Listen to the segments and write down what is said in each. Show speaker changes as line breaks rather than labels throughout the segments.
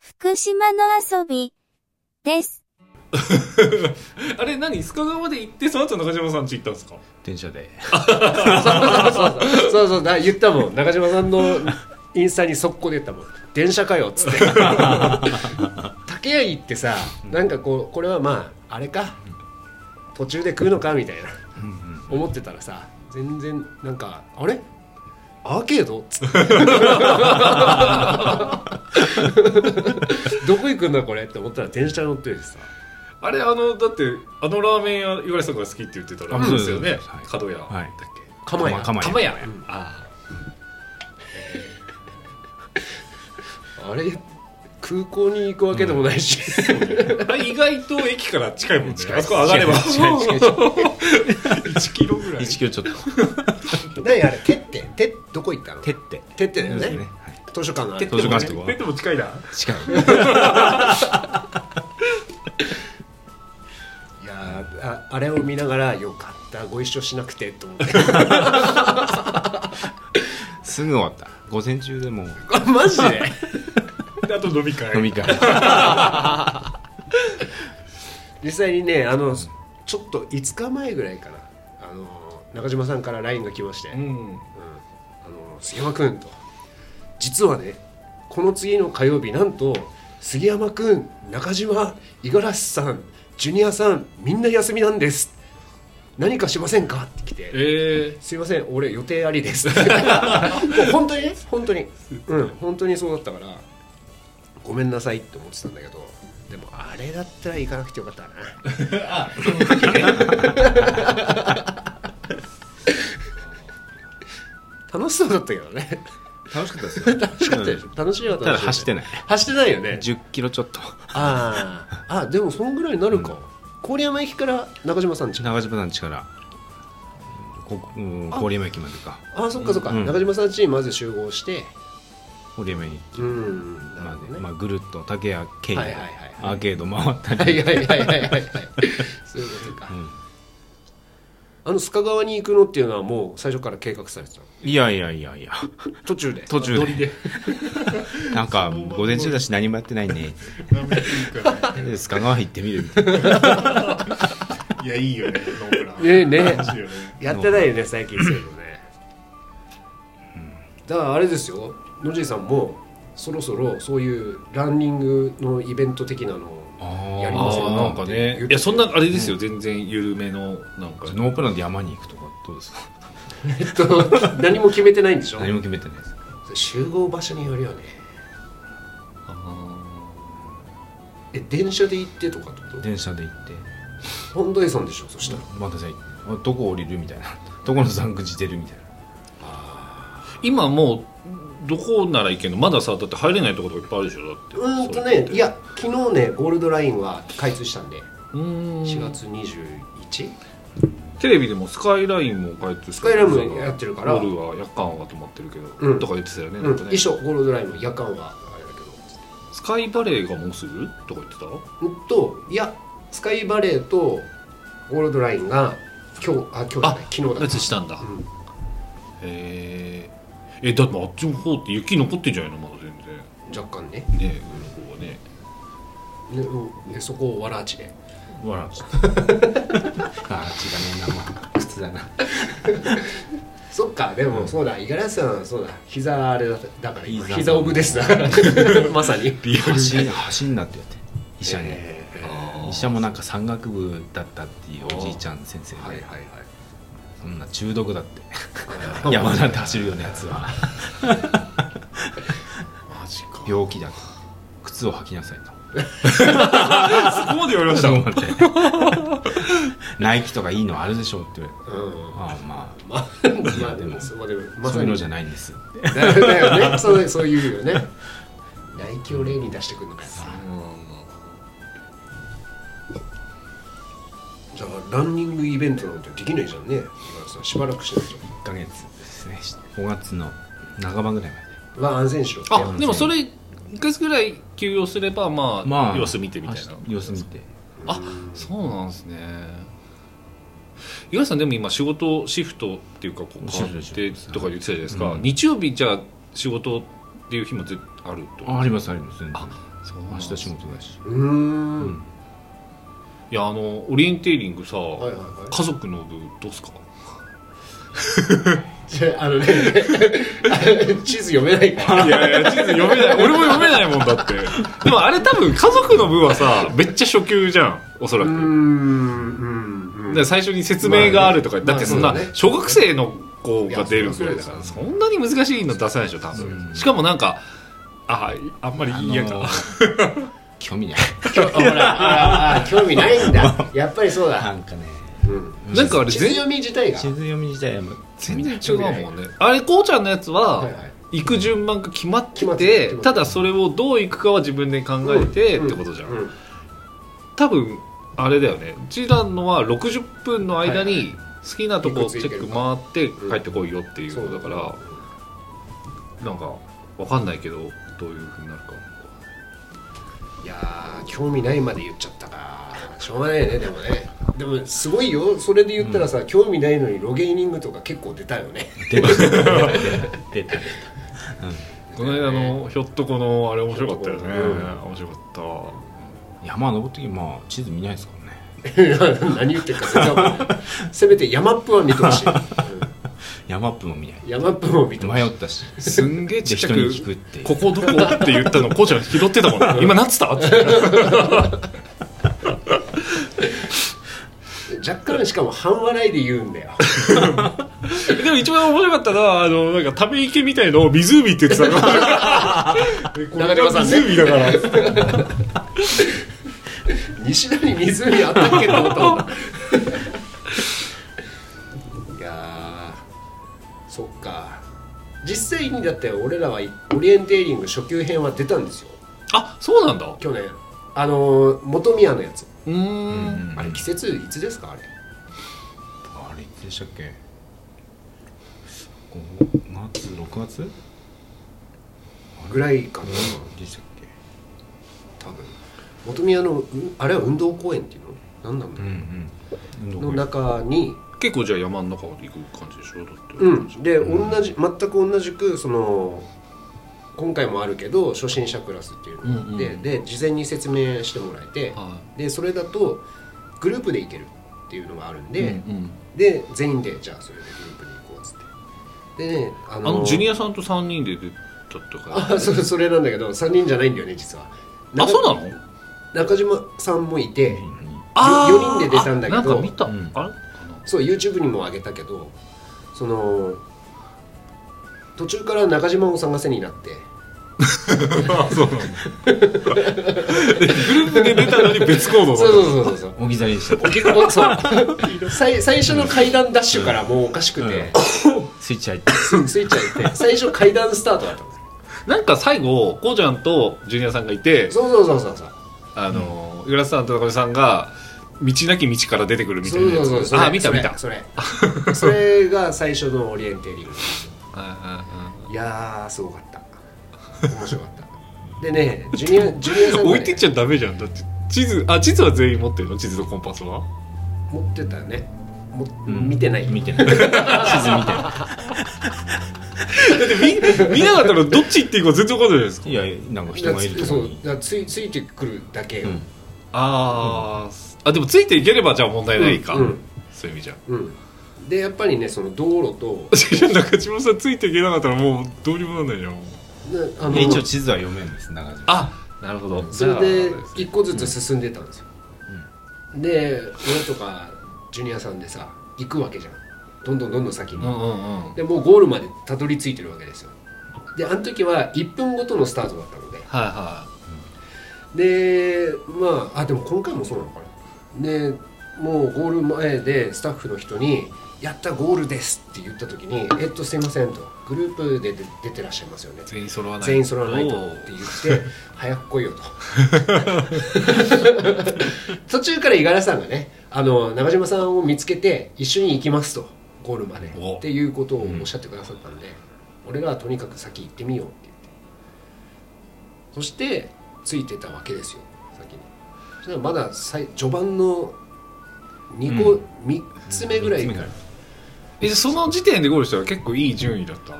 福島の遊びです。
あれ何須賀川まで行ってその後中島さん家行ったんですか
電車で
そうそうだ言ったもん中島さんのインスタに速攻で言ったもん電車かよっつって竹谷行ってさなんかこうこれはまああれか途中で食うのかみたいな思ってたらさ全然なんかあれアーケードっつってどこ行くんだこれって思ったら電車乗ってるしさ
あれあのだってあのラーメン屋岩井さんが好きって言ってたら
あ
あれですよ
そう
ね
ですはい
角屋だっ
はい
け
鎌谷
鎌
鎌
谷
屋ね
うん
あ
あれ空港に行くわけでもないし、
ーあれ意外と駅から近いもんね
近い
あそこ上がれば
近い近い近
1キロぐらい
1キロちょっと
何あれてっててどこ行ったの
手って
てってだよ
ですね
ね
はい
図書館のあ
図書館ってとこは
ペットも近いな
近い
いやーああれを見ながらよかったご一緒しなくてと思って
すぐ終わった午前中でもう
マジ で
であと飲み会
飲み会
実際にねあのちょっと5日前ぐらいかなあの中島さんから LINE が来まして「
う
うん
ん
あの杉山君」と「実はねこの次の火曜日なんと杉山君中島五十嵐さんジュニアさんみんな休みなんです何かしませんか?」って来て
え
すいません俺予定ありですもう 本当にね本当にうん本当にそうだったからごめんなさいって思ってたんだけどでもあれだったら行かなくてよかったな楽しそうだったけどね
楽しかったですよ楽しか
楽しいは楽しい
ただ走ってない
走ってないよね
10キロちょっと
あーあでもそんぐらいになるか、郡山駅から中島さんち
長島さん家からこうん郡山駅までか
あそっかそっか、
うん
中島さんちにまず集合して
郡山に
うんなる
ま
ほど
あ
ね、
まあぐるっと竹谷経由
はいはいはい
アーケード回ったり
はいはいはいはいはいはいそういうことか、
ん
あの須賀川に行くのっていうのはもう最初から計画されてたの
いやいやいやいや
途中で
途中
ノリ
で
で
なんか午前中だし何もやってないね
ラーメン食うか
で須賀川行ってみるみたいな
らいやいいよねノープラ
ねえね
楽しいよね
やってないよね最近そういうのね、だからあれですよ野尻さんもそろそろそういうランニングのイベント的なのを やりません
あ
か
ーなんか
って言
ね
っ
いやそんなあれですよ全然緩めのなんか
ノープランで山に行くとかどうですか
えっと 何も決めてないんでしょ
何も決めてないです
集合場所によるよね
あ
え電車で行ってとかってこと
電車で行って
本田さんでしょそしたら
またじゃあどこ降りるみたいな どこの山口出るみたいな
ー今もうどこなら行けんのまださだって入れないところとかいっぱいあるでしょだって
うーんと
そういう
ね
のって
いや昨日ねゴールドラインは開通したんで
うーん
4月21
テレビでもスカイラインも開通ス
カイラインもやってるから
夜は夜間は止まってるけど、
うん
とか言ってたよね,、
うん
なんかね
一緒ゴールドラインも夜間はあれだけ
スカイバレーがもうすぐとか言ってた
どうんといやスカイバレーとゴールドラインが今日あ今日じゃない昨日だった
やつしたんだ、
うん
へええだってあっちの方って雪残ってんじゃないのまだ全
若干ね
然ね上の方はね
ねうんでそこをわらあちで
笑っちゃったあー違うね生靴だな
そっかでもそうだ五十嵐さんはそうだ膝あれだだから今
膝
膝オブですな まさに
橋橋になってやって医者に、
えー
医者もなんか山岳部だったっていうおじいちゃん先生で、
はいはいはい
そんな中毒だって山なんて走るようなやつは
マジか
病気だと靴を履きなさいと
そこまで言われ ました
そう思って ナイキとかいいのあるでしょうって言われて
うん
ああま
まあ、まあでもそこでも
あ
ま
そう
さ
いう
に
のじゃないんですって
だよねそうそういうよねナイキを例に出してくるのかさじゃあランニングイベントなんてできないじゃんね今さしばらくしないじ
1ヶ月ですね5月の半ばぐらいまで
ゃんは安全しろ
あでもそれ1ヶ月ぐらい休養すればまあ、
まあ
様子見てみたいな
あ様子見て
あそうなんですね岩井さんでも今仕事シフトっていうかこう
シ
変
フ
わ
ト
っ
シフト
てとか言ってたじゃないですか、
うん
日曜日じゃあ仕事っていう日もぜあると
あありますあります全然
あそうなん
明
です
日仕事だし
うーん
いやあのオリエンテーリングさ、
はいはいはい
家族の部どうすか
じゃああのね地図読めないか ら
いやいや地図読めない 俺も読めないもんだってでもあれ多分家族の部はさめっちゃ初級じゃんおそら
うー
く
んうん
で最初に説明があるとか、
まあね
だってそん
まあ
な
そうだね
小学生の子が出るぐらいだか
い
ら
や
そんなに難しいの出さないでしょ多分しかもなんかああんまり嫌か、
あの 興味ない
ほらあー興味ない んだやっぱりそう
な
だ
んかね
うん
なんかあれ
地図
全
読み自体が
地図読み自体はもう
全然違うもんねあれこうちゃんのやつは、
はいはい
行く順番が決まってて
決まってる決まってる
ただそれをどう行くかは自分で考えてってことじゃん、
うう
多分あれだよねうちらのは60分の間
はい
に好きなとこチェック回って
ん
帰ってこいよっていうことだから、なんかわかんないけどどういうふうになるか
いやー興味ないまで言っちゃったからしょうがないよねでもねでもすごいよそれで言ったらさ、興味ないのにロゲイニングとか結構出たよね
出た出た出た
この間のひょっとこのあれ面白かったよね、
う
面白かっ
山登ってきまあ地図見ないですからね
何言ってるか全然わかんないせめて山っぷは見てほしい、う
山っぷも見ない
ん山っぷも見てほし
迷
い
ったした
すんげえちっちゃく
で人に聞くっていう
ここどこって言ったのこうちゃん拾ってたもんね今なってた って
若干しかも半笑いで言うんだよ
でも一番面白かったのはあのなんかため池みたいのを湖って言ってたの
中島さんね
湖だから
西田に湖あったっけと 思ったもんないやーそっか実際にだって俺らはオリエンテーリング初級編は出たんですよ
あそうなんだ
去年あのー元宮のやつ、
うーん
あれ季節いつですかあれ
あれいつでしたっけ5月6月
ぐらいかな、
でしたっけ
多分元宮のうあれは運動公園っていうの何なんだろ
ん
う、
どこ
の中に
結構じゃあ山の中で行く感じでしょだって、
うんで同じ全く同じくその今回もあるけど初心者クラスっていうのがあって、
うんうん
で事前に説明してもらえて、
は
でそれだとグループで行けるっていうのがあるん
い、
で、
うんうん
で全員でじゃあそれでグループに行こうっつってでねあ
あ
の
のジュニアさんと3人で出たとか
あそ れそれなんだけど3人じゃないんだよね実は
あそうなの
中島さんもいて、
あ
よ4人で出たんだけど
あなんか見た、
うん
あれ
そう YouTube にも上げたけどその途中から中島を探せになって
あそうなのグループで出たのに別行動
そうそうそうそう
置き去りにしちゃった
そう最最初の階段ダッシュからもうおかしくて、
スイッチ入って
ついちゃいて最初階段スタートだったの
なんか最後こうちゃんとジュニアさんがいて
そうそうそうそうそう
あのー、岩田さんと中見さんが道なき道から出てくるみた
そ
いな
うそ
やつ
うそうそれ
あ見た見た
それそれそれが最初のオリエンテーリング
はい
やーすごかった面白かったでねジュニアジュニア
い
さ
はい
んが、ね、
置いてっちゃダメじゃんだって地図あ地図は全員持ってるの地図とコンパスは
持ってたよねも、見てない
見てない地図見てな
だって 見見なかったらどっち行っていいか全然分かんないじゃないですか
いいやなんか人がいるとこ
そう
に
だからついついてくるだけよ、
うん
あー、あでもついていければじゃあ問題ないか、
うんうん
そういう意味じゃん
うんでやっぱりねその道路と
中島さん ついていけなかったらもうどうにもなんないじゃん
であの
一応地図は読めるんです長島
あなるほど
それで
じゃあ
一個ずつ進んでたんですよ、で俺とかジュニアさんでさ行くわけじゃんどんどんどんどん先に、
うんうんうん
でもうゴールまでたどり着いてるわけですよであの時は1分ごとのスタートだったので
はいは
でまああでも今回もそうなのかなでもうゴール前でスタッフの人に「やったゴールです」って言った時に「えっとすいません」と「グループで出出てらっしゃいますよね」
い全員揃わない
全員揃わないと
お
って言って早く来いよと 途中から五十嵐さんがねあの中島さんを見つけて一緒に行きますとゴールまで
お
っていうことをおっしゃってくださったんで、俺らはとにかく先行ってみようって言ってそしてついてたわけですよ先にそしたらまだ最序盤の2個、
う
3つ目ぐらい
三
か
つ目
ら
らい
えその時点でゴールしたら結構いい順位だった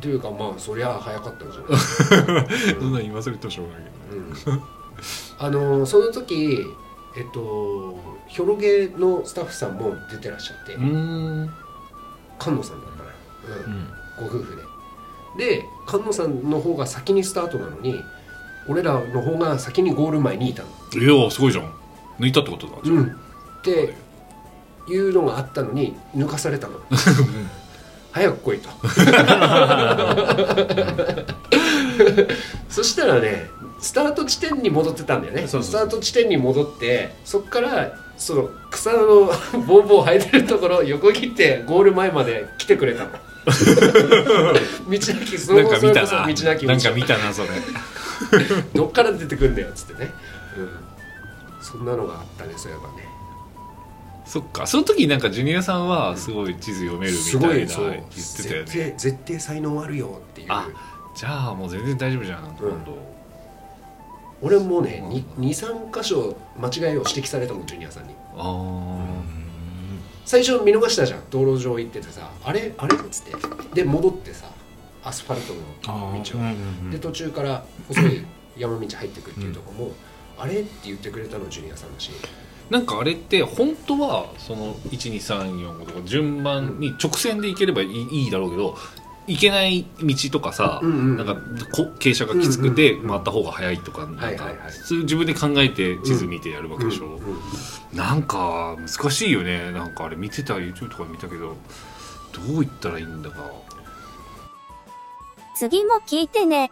というかまあそりゃ早かったんじゃない
そんなん今それとしょうがないけどね
あのその時えっとヒョロゲのスタッフさんも出てらっしゃって
うん
菅野さんだったら、うん
うん
ご夫婦でで菅野さんの方が先にスタートなのに俺らの方が先にゴール前にいたの
いやすごいじゃん抜いたってことだ
うんっていうのがあったのに抜かされたの早く来いとそしたらねスタート地点に戻ってたんだよね
そうそうそう
スタート地点に戻ってそっからその草の ボーボー生えてるところを横切ってゴール前まで来てくれたの道なきそ
なん
の
か
そ
見
れ
た
こそ道
な
なき道
なんか見たなそれ
どっから出てくんだよっつってね、うん、そんなのがあったねそういえばね
そっかその時なんかジュニアさんはすごい地図読めるみ
す
た
ご
い
い
な
そう
言ってたよ
絶
ね
対絶対才能あるよっていう
あじゃあもう全然大丈夫じゃん今度、
俺もね
うん
23箇所間違いを指摘されたもんジュニアさんに
あ
最初見逃したじゃん道路上行っててさあれあれっつってで戻ってさアスファルト
あ
の
ー
道を、で途中から細い山道入ってくるっていうとこも、あれって言ってくれたのジュニアさんだし
ーなんかあれって本当はその12345とか順番に直線で行ければいい,、いいだろうけど行けない道とかさ、
うんうん
なんかこ傾斜がきつくて
うんうんうん
回った方が早いとかなんか、
はいはいはい
そういう自分で考えて地図見てやるわけでしょ、
うんうん
なんか難しいよねなんかあれ見てた YouTube とか見たけどどう言ったらいいんだか
次も聞いてね。